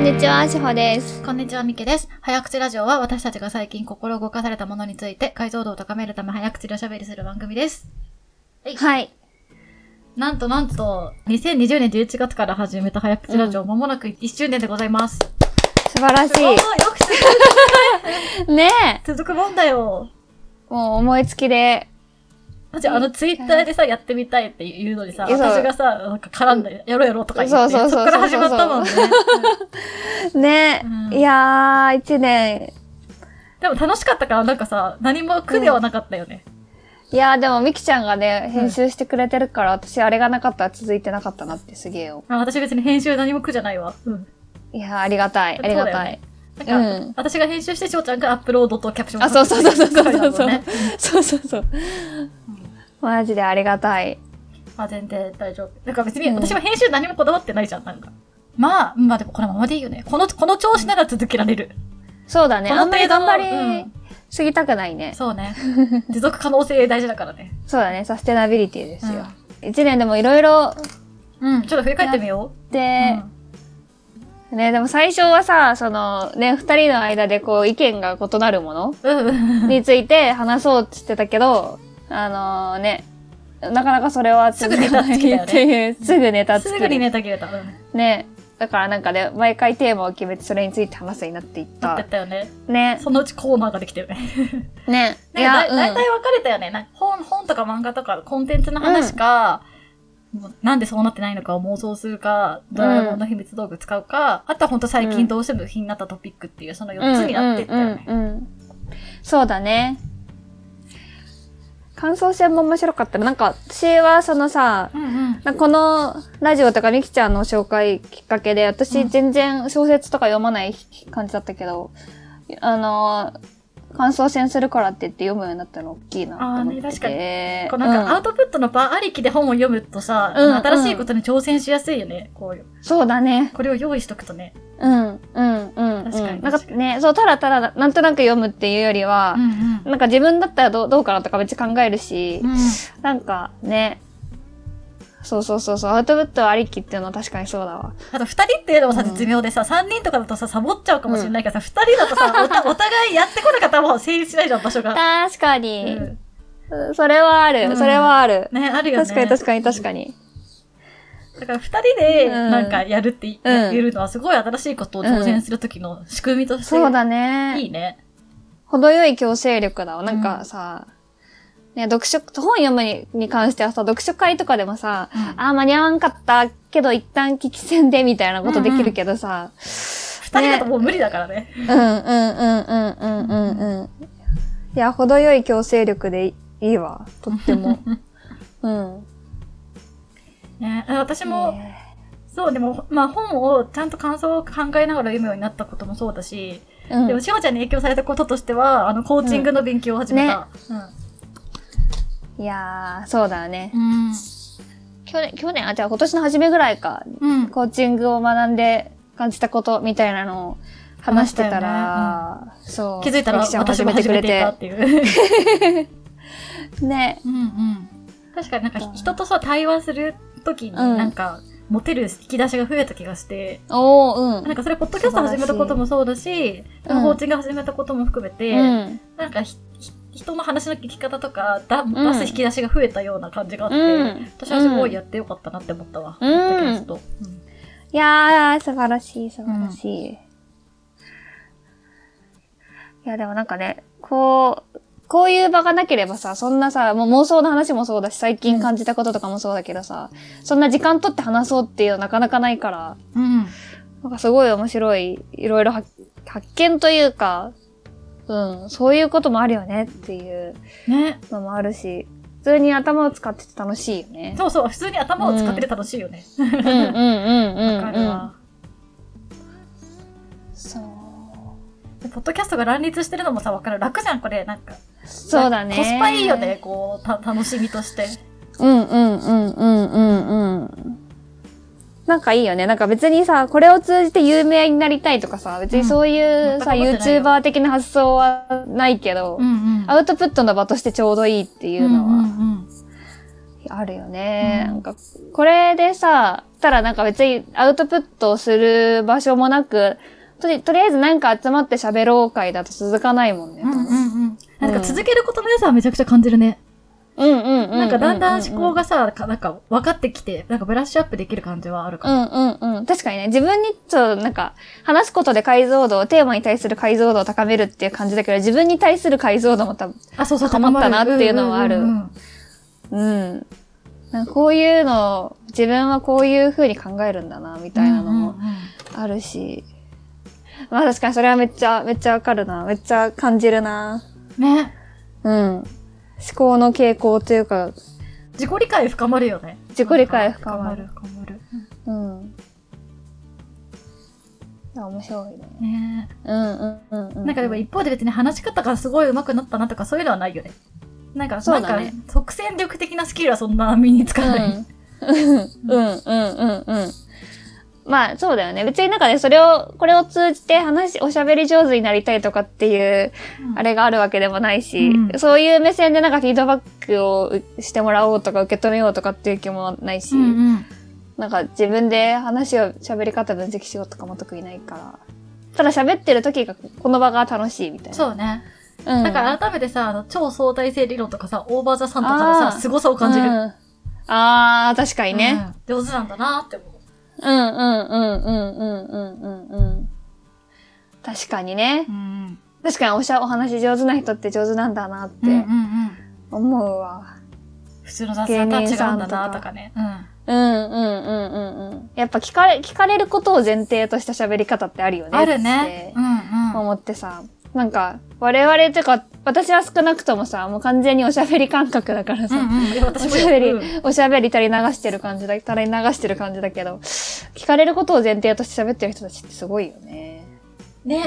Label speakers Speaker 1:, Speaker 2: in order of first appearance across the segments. Speaker 1: にちは、しほです。
Speaker 2: こんにちは、みけです。早口ラジオは私たちが最近心動かされたものについて解像度を高めるため早口でおしゃべりする番組です。
Speaker 1: はい。
Speaker 2: なんとなんと、2020年11月から始めた早口ラジオ、まもなく1周年でございます。
Speaker 1: 素晴らし
Speaker 2: すごいよく続く
Speaker 1: い。ねえ。
Speaker 2: 続くもんだよ。
Speaker 1: もう思いつきで。
Speaker 2: マジ、あのツイッターでさ、やってみたいっていうのにさ、
Speaker 1: いやそう
Speaker 2: 私がさ、なんか絡んで、やろうやろうとか言って、
Speaker 1: そうそうそう
Speaker 2: そっから始まったもんね。
Speaker 1: ねえ。
Speaker 2: うん
Speaker 1: いやー、一年。
Speaker 2: でも楽しかったから、なんかさ、何も苦ではなかったよね。
Speaker 1: いやー、でもみきちゃんがね、編集してくれてるから、私あれがなかったら続いてなかったなってすげえよ。
Speaker 2: あ私別に編集何も苦じゃないわ。うん。
Speaker 1: いやー、ありがたい。
Speaker 2: そう
Speaker 1: あ
Speaker 2: だ
Speaker 1: り
Speaker 2: よ
Speaker 1: が
Speaker 2: ね
Speaker 1: たい。
Speaker 2: なんか、
Speaker 1: うん
Speaker 2: 私が編集して、しょうちゃんがアップロードとキャプション
Speaker 1: あ、そうそうそうそうそうそう。
Speaker 2: ね
Speaker 1: そうそうそう。マジでありがたい。
Speaker 2: まあ全然大丈夫。なんか別に
Speaker 1: うん
Speaker 2: 私も編集何もこだわってないじゃん、なんか。まあ、まあでもこのままでいいよね。この、この調子なら続けられる。
Speaker 1: そうだね。
Speaker 2: この
Speaker 1: あんまり頑
Speaker 2: 程度
Speaker 1: 張
Speaker 2: う
Speaker 1: り
Speaker 2: ん
Speaker 1: すぎたくないね。
Speaker 2: そう ね。持続可能性大事だからね。
Speaker 1: そうだね。サステナビリティですよ。一年でもいろいろ
Speaker 2: うん。ちょっと振り返ってみよ
Speaker 1: で
Speaker 2: う。、
Speaker 1: ね、でも最初はさ、そのね、二人の間でこう意見が異なるもの
Speaker 2: うん。うん。
Speaker 1: について話そうって言ってたけど、あのね、なかなかそれは続かないっていう、すぐネタつ
Speaker 2: す
Speaker 1: き、
Speaker 2: ぐにネタ切れた。うん。
Speaker 1: ね。だからなんかね、毎回テーマを決めてそれについて話すようになっていっ
Speaker 2: なって
Speaker 1: た
Speaker 2: っ。たよね。
Speaker 1: ね。
Speaker 2: そのうちコーナーができてるね。
Speaker 1: ね。い
Speaker 2: ね
Speaker 1: や、
Speaker 2: だ
Speaker 1: う
Speaker 2: 大
Speaker 1: ん
Speaker 2: 体分かれたよね。なんか本、本とか漫画とかコンテンツの話か、もうなんでそうなってないのかを妄想するか、ドラえもんの秘密道具使うか、あとは本当最近どうしても気になったトピックっていう、その4つになってったよね。
Speaker 1: うんうんうんうんそうだね感想戦も面白かったななんか私はそのさ
Speaker 2: うんうん。
Speaker 1: なんかこのラジオとかみきちゃんの紹介きっかけで
Speaker 2: う
Speaker 1: 私
Speaker 2: ん
Speaker 1: 全然小説とか読まない感じだったけど、あの感想戦するからって言って読むようになったの大きいなと思ってて
Speaker 2: あーね確かにこう
Speaker 1: う
Speaker 2: なん
Speaker 1: ん
Speaker 2: かアウトプットの場ありきで本を読むとさ、
Speaker 1: うん
Speaker 2: 新しいことに挑戦しやすいよね。こういう。
Speaker 1: そうだね
Speaker 2: これを用意しとくとね。
Speaker 1: うんうんうんうん
Speaker 2: 確かに
Speaker 1: なんかねそうただただなんとなく読むっていうよりは
Speaker 2: うん、うん。
Speaker 1: なんか自分だったらどうどうかなとかめっちゃ考えるし、
Speaker 2: うん
Speaker 1: なんかね、そうそうそうそう、アウトプットありきっていうのは確かにそうだわ。
Speaker 2: あと2人っていうのもさ、
Speaker 1: うん
Speaker 2: 絶妙でさ、3人とかだとさ、サボっちゃうかもしれないけどさ、2人だとさ、おたお互いやってこなかったらもう成立しないじゃん、場所が。
Speaker 1: 確か
Speaker 2: う
Speaker 1: に、
Speaker 2: ん
Speaker 1: それはあ
Speaker 2: う
Speaker 1: る、
Speaker 2: ん
Speaker 1: それはある。
Speaker 2: ね、あるよね。
Speaker 1: 確かに確かに確かに。
Speaker 2: だから二人でなんかやるって、
Speaker 1: うん
Speaker 2: やるのはすごい新しいことを挑戦する時の仕組みとして、
Speaker 1: そうだ
Speaker 2: いい
Speaker 1: ね。
Speaker 2: ね。
Speaker 1: 程よい強制力だわ。なん
Speaker 2: う
Speaker 1: か
Speaker 2: ん
Speaker 1: さ、ね、読書、本読むにに関してはさ、読書会とかでもさ、
Speaker 2: うん
Speaker 1: あー間に合わんかったけど一旦聞き戦でみたいなことできるけどさ、
Speaker 2: 二、人だともう無理だからね。
Speaker 1: うんうんうんうんうんうんうん。いや、程よい強制力でいいいわ。とって も。うん。
Speaker 2: ね私も、そう、でも、まあ本をちゃんと感想を考えながら読むようになったこともそうだし、
Speaker 1: うん、
Speaker 2: でも、しほちゃんに影響されたこととしては、あの、コーチングの勉強を始めた。
Speaker 1: いやー、そうだよね。
Speaker 2: うん。
Speaker 1: 去年、去年、あ、じゃあ今年の初めぐらいか、
Speaker 2: うん。うん
Speaker 1: コーチングを学んで感じたことみたいなのを話してたら、そう。
Speaker 2: 気づいたら
Speaker 1: ミキちゃん
Speaker 2: 私も始めていたっていう。
Speaker 1: ね。
Speaker 2: うんうん。確かになんか人とさ、対話するときに
Speaker 1: うん
Speaker 2: なんか、持てる引き出しが増えた気がして、
Speaker 1: おー、う
Speaker 2: なん
Speaker 1: ん。
Speaker 2: かそれ、ポッドキャスト始めたこともそうだし、
Speaker 1: 素晴らしいうん
Speaker 2: コーチング始めたことも含めて、
Speaker 1: うん。
Speaker 2: なんかひひ人の話の聞き方とかだ、
Speaker 1: ん
Speaker 2: 出す引き出しが増えたような感じがあって、
Speaker 1: うん。
Speaker 2: 私はすご
Speaker 1: う
Speaker 2: い
Speaker 1: ん
Speaker 2: やってよかったなって思ったわ。
Speaker 1: うん
Speaker 2: ポッドキャストうん
Speaker 1: いやー、素晴らしい、素晴らしい。いや、でもなんかね、こう、こういう場がなければさ、そんなさ、もう妄想の話もそうだし、最近感じたこととかもそうだけどさ、そんな時間取って話そうっていうのなかなかないから、
Speaker 2: うん。
Speaker 1: なんかすごい面白い、いろいろ発発見というか、うん、そういうこともあるよねっていう
Speaker 2: ね。
Speaker 1: のもあるし、普通に頭を使ってて楽しいよね。
Speaker 2: そうそう、普通に頭を使ってて楽しいよね。
Speaker 1: うんうんうんう
Speaker 2: わか
Speaker 1: ん
Speaker 2: る
Speaker 1: うん。
Speaker 2: わ。
Speaker 1: そう。
Speaker 2: でポッドキャストが乱立してるのもさ、わかる。楽じゃん、これ。なんか。
Speaker 1: そうだね。
Speaker 2: コスパいいよね、こう、た楽しみとして。
Speaker 1: うんうんうんうんうんうん。なんかいいよね。なんか別にさ、これを通じて有名になりたいとかさ、別にそういう、
Speaker 2: うん
Speaker 1: さ、
Speaker 2: 全く思ってないよ
Speaker 1: YouTuber 的な発想はないけど、
Speaker 2: んうん
Speaker 1: アウトプットの場としてちょうどいいっていうのは
Speaker 2: んうん
Speaker 1: ああるよね。
Speaker 2: うん
Speaker 1: なんか、これでさ、たらなんか別にアウトプットをする場所もなく、とりとりあえずなんか集まって喋ろう会だと続かないもんね。
Speaker 2: うんうんうん。なん
Speaker 1: う
Speaker 2: か
Speaker 1: ん
Speaker 2: 続けることの良さはめちゃくちゃ感じるね。
Speaker 1: うんうんうん。
Speaker 2: なんかだんだん思考
Speaker 1: が。
Speaker 2: がさ、かなんか分かってきて、なんかブラッシュアップできる感じはあるか
Speaker 1: う
Speaker 2: も。
Speaker 1: んうんうん。確かにね、自分に、そう、なんか、話すことで解像度を、テーマに対する解像度を高めるっていう感じだけど、自分に対する解像度も多分、
Speaker 2: あ、そうそう、
Speaker 1: 高まったなっていうのはある
Speaker 2: んんうん
Speaker 1: うん。なんかこういうの、自分はこういう風に考えるんだな、みたいなのも
Speaker 2: うんうんうん
Speaker 1: あるし。まあ確かにそれはめっちゃ、めっちゃわかるな。めっちゃ感じるな。
Speaker 2: ね。
Speaker 1: うん。思考の傾向というか、
Speaker 2: 自己理解深まるよね。
Speaker 1: 自己理解深まる。
Speaker 2: 深まる。
Speaker 1: うん。いや面白いね。
Speaker 2: ね
Speaker 1: うんうんうんうん。
Speaker 2: なんかでも一方で別に話し方がすごい上手くなったなとかそういうのはないよね。なんか、
Speaker 1: そう
Speaker 2: なん
Speaker 1: だ
Speaker 2: か
Speaker 1: ね
Speaker 2: 即戦力的なスキルはそんな身につかない。
Speaker 1: うんうんうんうんうん。まあそうだよね。別になんかね、それを、これを通じて話、おしゃべり上手になりたいとかっていう、あれがあるわけでもないし、
Speaker 2: うん
Speaker 1: そういう目線でなんかフィードバックをしてもらおうとか受け止めようとかっていう気もないし、
Speaker 2: うんうん。
Speaker 1: なんか自分で話を、喋り方分析しようとかも得意ないから。ただ喋ってる時が、この場が楽しいみたいな。
Speaker 2: そうね。
Speaker 1: う。うん、
Speaker 2: なんか改めてさ、あの超相対性理論とかさ、オーバーザさんとか
Speaker 1: あ
Speaker 2: の
Speaker 1: ー
Speaker 2: さ、凄さを感じ
Speaker 1: う
Speaker 2: る。
Speaker 1: んあー、確かにね。
Speaker 2: うん。上手なんだなって思う。
Speaker 1: うんうんうんうんうんうんうんうん。確かにね。
Speaker 2: うん。
Speaker 1: 確かにおしゃ、お話上手な人って上手なんだなっ
Speaker 2: うんうんう
Speaker 1: て
Speaker 2: ん。
Speaker 1: 思うわ。
Speaker 2: 普通の雑談とは違うんだなとかね。うん。
Speaker 1: うんうんうんうんうん。やっぱ聞かれ、聞かれることを前提とした喋り方ってあるよね。
Speaker 2: あるね。
Speaker 1: っ
Speaker 2: うん
Speaker 1: て
Speaker 2: うん。
Speaker 1: 思ってさ。なんか、我々というか、私は少なくともさ、もう完全におしゃべり感覚だからさ、
Speaker 2: うんうん。いや私
Speaker 1: お
Speaker 2: も
Speaker 1: しゃべり、
Speaker 2: うん
Speaker 1: おしゃべり垂れ流してる感じだ、垂れ流してる感じだけど、聞かれることを前提として喋ってる人たちってすごいよね。
Speaker 2: ね。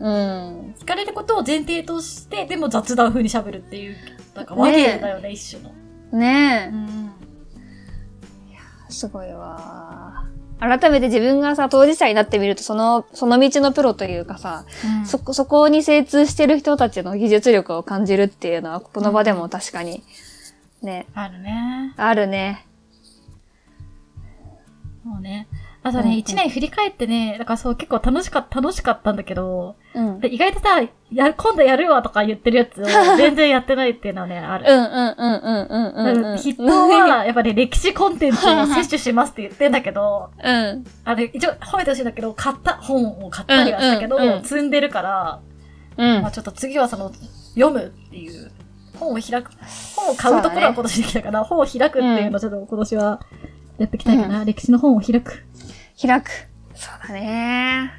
Speaker 1: うん。うん
Speaker 2: 聞かれることを前提として、でも雑談風に喋るっていう、なんか和芸だよね、一種の。
Speaker 1: ね
Speaker 2: ん。
Speaker 1: え、すごいわ。改めて自分がさ、当事者になってみると、その、その道のプロというかさ、そ
Speaker 2: そ
Speaker 1: こ、そこに精通してる人たちの技術力を感じるっていうのは、この場でも確かに、ね、
Speaker 2: あるね。
Speaker 1: あるね。
Speaker 2: もうね。あと
Speaker 1: うんう
Speaker 2: ね、
Speaker 1: ん
Speaker 2: 一年振り返ってね、だからそう結構楽しかった、楽しかったんだけど、
Speaker 1: うん。うん
Speaker 2: で意外とさ、や、今度やるわとか言ってるや つを全然やってないっていうのはね、あ
Speaker 1: う
Speaker 2: る。
Speaker 1: んうんうんうんうんうん。
Speaker 2: 筆頭は、やっぱり歴史コンテンツを摂取しますって言ってんだけど、
Speaker 1: うん。
Speaker 2: あれ、一応褒めてほしいんだけど、買った本を買ったりはしたけど、
Speaker 1: うんうんうん
Speaker 2: 積んでるから、
Speaker 1: うん
Speaker 2: まあ。ちょっと次はその、読むっていう、本を開く、本を買うところは今年できたから、本を開くっていうのをちょっと今年はやっていきたいかな。歴史の本を開く。
Speaker 1: 開く。そうだね。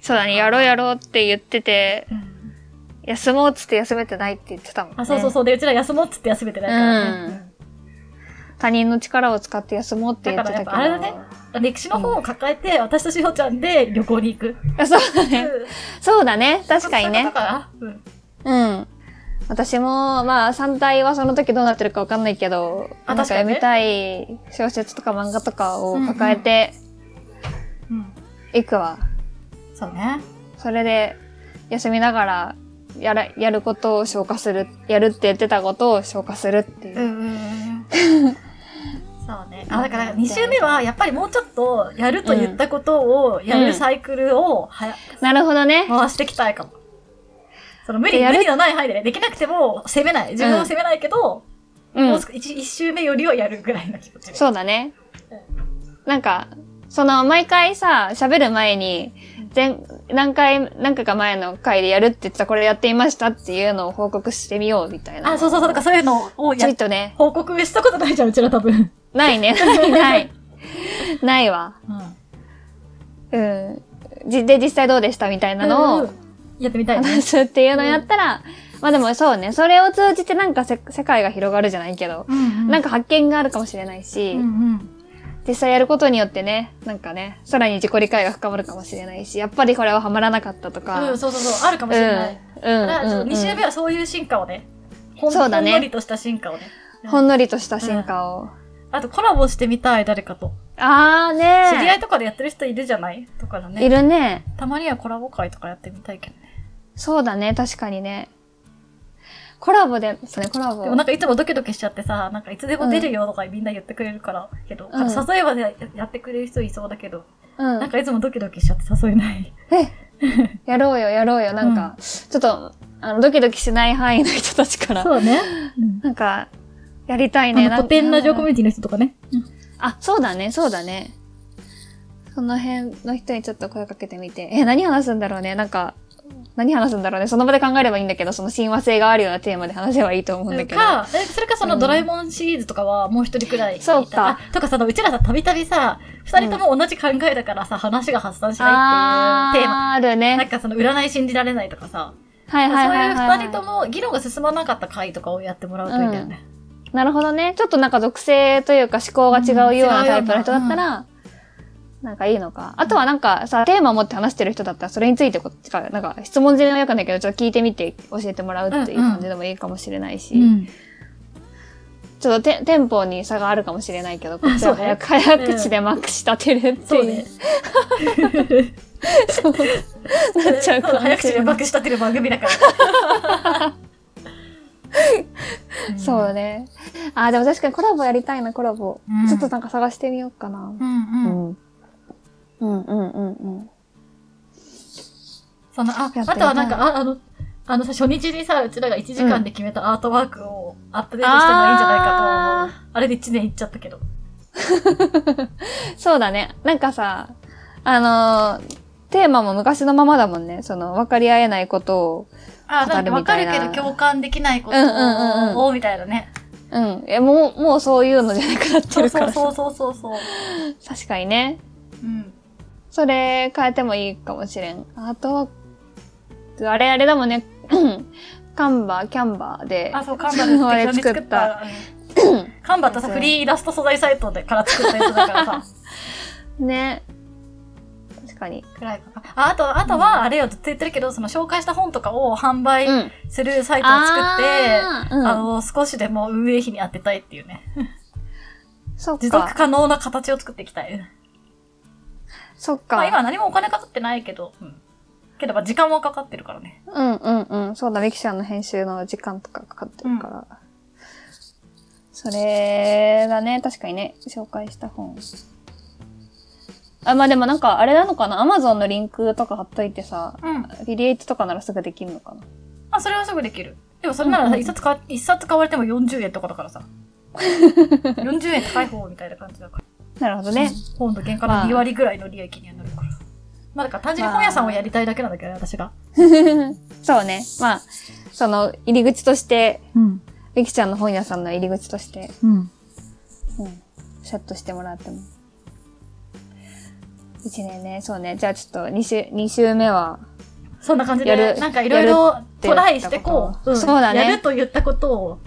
Speaker 1: そうだね、やろうやろうって言ってて、休もうっつって休めてないって言ってたもんね。
Speaker 2: あ、そうそうそう。で、うちら休もうっつって休めてないからね。
Speaker 1: 他人の力を使って休もうって言ってたけど。
Speaker 2: だからやっぱあれ歴史の本を抱えて、私としほちゃんで旅行に行く。
Speaker 1: あ そうだね。そうだね。確かに
Speaker 2: そういうこ
Speaker 1: ね
Speaker 2: と。かなうん
Speaker 1: うん。私も、まあ、三体はその時どうなってるかわかんないけど、な
Speaker 2: あ
Speaker 1: んか
Speaker 2: 確か
Speaker 1: 読
Speaker 2: にね
Speaker 1: みたい小説とか漫画とかを抱えて
Speaker 2: うん。
Speaker 1: いくわ。
Speaker 2: そうね。
Speaker 1: それで、休みながら、やら、やることを消化する、やるって言ってたことを消化するっていうう。
Speaker 2: んうんうん。 そうね。あ、だから2週目は、やっぱりもうちょっと、やると言ったことを、やるサイクルを、はや、
Speaker 1: なるほどね。
Speaker 2: 回していきたいかも。その無理、
Speaker 1: や
Speaker 2: 無
Speaker 1: る
Speaker 2: 理のない範囲でね、できなくても責めない。自分は責めないけど、
Speaker 1: う。
Speaker 2: もうん少一一周目よりはやるぐらいの気持ちで。
Speaker 1: そうだね。なんか、その、毎回さ、喋る前に、前、何回、何回か前の回でやるって言ってた、これやっていましたっていうのを報告してみようみたいな。
Speaker 2: あ、そうそうそう、だからそういうのを
Speaker 1: ちょ
Speaker 2: や
Speaker 1: い、とね、
Speaker 2: 報告したことないじゃん、うちら多分。
Speaker 1: ないね。ない、 ない。ないわ。うん。じで、実際どうでしたみたいなのを
Speaker 2: うん、やってみたい ね。
Speaker 1: 話すっていうのをやったら、まあでもそうね、それを通じてなんかせ世界が広がるじゃないけど、なん
Speaker 2: か、
Speaker 1: か発見があるかもしれないし、
Speaker 2: うんうん。
Speaker 1: 実際やることによってね、なんかね、さらに自己理解が深まるかもしれないし、やっぱりこれはハマらなかったとか。
Speaker 2: うん、そうそうそう、あるかもしれない。
Speaker 1: うん
Speaker 2: だから、ちょ
Speaker 1: う
Speaker 2: っ
Speaker 1: ん
Speaker 2: と2週目はそういう進化をね、ほん
Speaker 1: そうだね
Speaker 2: ほんのりとした進化をね。
Speaker 1: ほんのりとした進化を。
Speaker 2: あと、コラボしてみたい、誰かと。
Speaker 1: あーね
Speaker 2: 知り合いとかでやってる人いるじゃないとかだね。
Speaker 1: いるね。
Speaker 2: たまにはコラボ会とかやってみたいけどね。
Speaker 1: そうだね、確かにね。コラボで、そうね、コラボ。
Speaker 2: でもなんかいつもドキドキしちゃってさ、なんかいつでも出るよとかみんな言ってくれるから、けど、
Speaker 1: うん
Speaker 2: 誘えばややってくれる人いそうだけど、
Speaker 1: うん
Speaker 2: なんかいつもドキドキしちゃって誘えない。
Speaker 1: やろうよ、やろうよ。なんか、ちょっと、あの、ドキドキしない範囲の人たちから、
Speaker 2: そうね。 うん
Speaker 1: なんか、やりたい
Speaker 2: あ
Speaker 1: ね。
Speaker 2: の、
Speaker 1: なん
Speaker 2: 古典ラジオコミ
Speaker 1: なんだろう
Speaker 2: ュニティの人とかね。
Speaker 1: あ、そうだね、そうだね。その辺の人にちょっと声かけてみて。え、何話すんだろうね。なんか、何話すんだろうね。その場で考えればいいんだけど、その親和性があるようなテーマで話せばいいと思うんだけど。
Speaker 2: か、えそれかその
Speaker 1: うん
Speaker 2: ドラえもんシリーズとかはもう一人くらいいた。
Speaker 1: そうか
Speaker 2: あとかさ、うちらさ、たびたびさ、二人とも同じ考えだからさ、話が発散しないっていうテーマ。
Speaker 1: あーある
Speaker 2: なん
Speaker 1: ね。
Speaker 2: かその占い信じられないとかさ、
Speaker 1: はいはいはい、はい。
Speaker 2: そういう二人とも議論が進まなかった回とかをやってもらうといいんだよね。
Speaker 1: なるほどね。ちょっとなんか属性というか思考が違うようなタイプの人だったら、なんかいいのか。あとはなんかさ、テーマ持って話してる人だったら、それについてこっちから、なんか質問攻めのよくないけど、ちょっと聞いてみて教えてもらうっていう感じでもいいかもしれないし、
Speaker 2: うん。
Speaker 1: ちょっとテテンポに差があるかもしれない けど、こっち
Speaker 2: そう
Speaker 1: は
Speaker 2: ね
Speaker 1: 早く、早口でまくし立てるって
Speaker 2: そう
Speaker 1: いう
Speaker 2: ね。。
Speaker 1: そう,、なっちゃうかもしれな
Speaker 2: 早
Speaker 1: い。
Speaker 2: 口で爆したてる番組だから。ん
Speaker 1: そう。ね。あ、でも確かにコラボやりたいな、コラボ。
Speaker 2: うん
Speaker 1: ちょっとなんか探してみようかな。
Speaker 2: うんうん。
Speaker 1: ん。うんうんうんうん。
Speaker 2: その、あ、
Speaker 1: やってみた
Speaker 2: あ
Speaker 1: い
Speaker 2: とはなんか、ああの、あのさ、初日にさ、うちらが1時間で決めたアートワークをアップデートしてもいいんじゃないかと思う。あれで1年いっちゃったけど。
Speaker 1: そうだね。なんかさ、あのーテーマも昔のままだもんね。その、分かり合えないことを。
Speaker 2: あ、
Speaker 1: 語
Speaker 2: な
Speaker 1: る
Speaker 2: んかわか
Speaker 1: み
Speaker 2: る
Speaker 1: たい
Speaker 2: け
Speaker 1: な
Speaker 2: ど共感できないことを、
Speaker 1: うんうんうん
Speaker 2: みたいなね。
Speaker 1: うん。え、もう、もうそういうのじゃなくなって
Speaker 2: そう
Speaker 1: るか
Speaker 2: そ
Speaker 1: ら
Speaker 2: う
Speaker 1: さ。
Speaker 2: そうそうそうそう。
Speaker 1: 確かにね。
Speaker 2: うん。
Speaker 1: それ変えてもいいかもしれん。あと、あれあれだもんね。 カンバー、キャンバーで。
Speaker 2: あ、そう、カンバ で適当に作った。うんカンバってさ、フリーイラスト素材サイトでから作ったやつだからさ。
Speaker 1: ね。確かに。
Speaker 2: くらいかな。 あ、あと、あとは、あれよ、ずっと言ってるけど、その紹介した本とかを販売
Speaker 1: うん。
Speaker 2: するサイトを作って、
Speaker 1: あーうん、
Speaker 2: あの、少しでも運営費に当てたいっていうね。
Speaker 1: そっ
Speaker 2: 持続
Speaker 1: か。
Speaker 2: 可能な形を作っていきたい。
Speaker 1: そっか。
Speaker 2: まあ今何もお金かかってないけど、うん。けどまあ時間はかかってるからね。
Speaker 1: うんうんうん。そうだ、ミキちゃんの編集の時間とかかかってるから。それだね、確かにね、紹介した本。あ、まあでもなんか、あれなのかな ?Amazon のリンクとか貼っといてさ、
Speaker 2: うん。
Speaker 1: アフィリエイトとかならすぐできるのかな
Speaker 2: あ、それはすぐできる。でもそれなら
Speaker 1: うんう
Speaker 2: さ、
Speaker 1: ん
Speaker 2: 一冊か、一冊買われても40円とかだ からさ。40円高い方みたいな感じだから。
Speaker 1: なるほどね。
Speaker 2: うん。本の原価の2割ぐらいの利益にはなるから。まあだから単純に本屋さんをやりたいだけなんだけどね、私が。
Speaker 1: そうね。まあ、その、入り口として、
Speaker 2: うん。
Speaker 1: ミキちゃんの本屋さんの入り口として、
Speaker 2: うん。
Speaker 1: うん、シャットしてもらっても。一年ね、そうね。じゃあちょっと、二週、二週目は、
Speaker 2: そんな感じ
Speaker 1: や
Speaker 2: で、
Speaker 1: る
Speaker 2: なんかいろいろトライしてこう。
Speaker 1: やるって言ったこと
Speaker 2: ん
Speaker 1: そうだね
Speaker 2: やると言ったことを、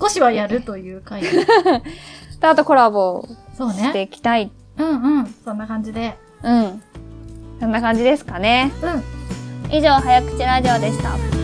Speaker 2: 少しはやるという回。
Speaker 1: であとコラボを
Speaker 2: そう
Speaker 1: し
Speaker 2: ね。
Speaker 1: ていきたい。
Speaker 2: うんうん。そんな感じで。
Speaker 1: うん。そんな感じですかね。
Speaker 2: うん。
Speaker 1: 以上、早口ラジオでした。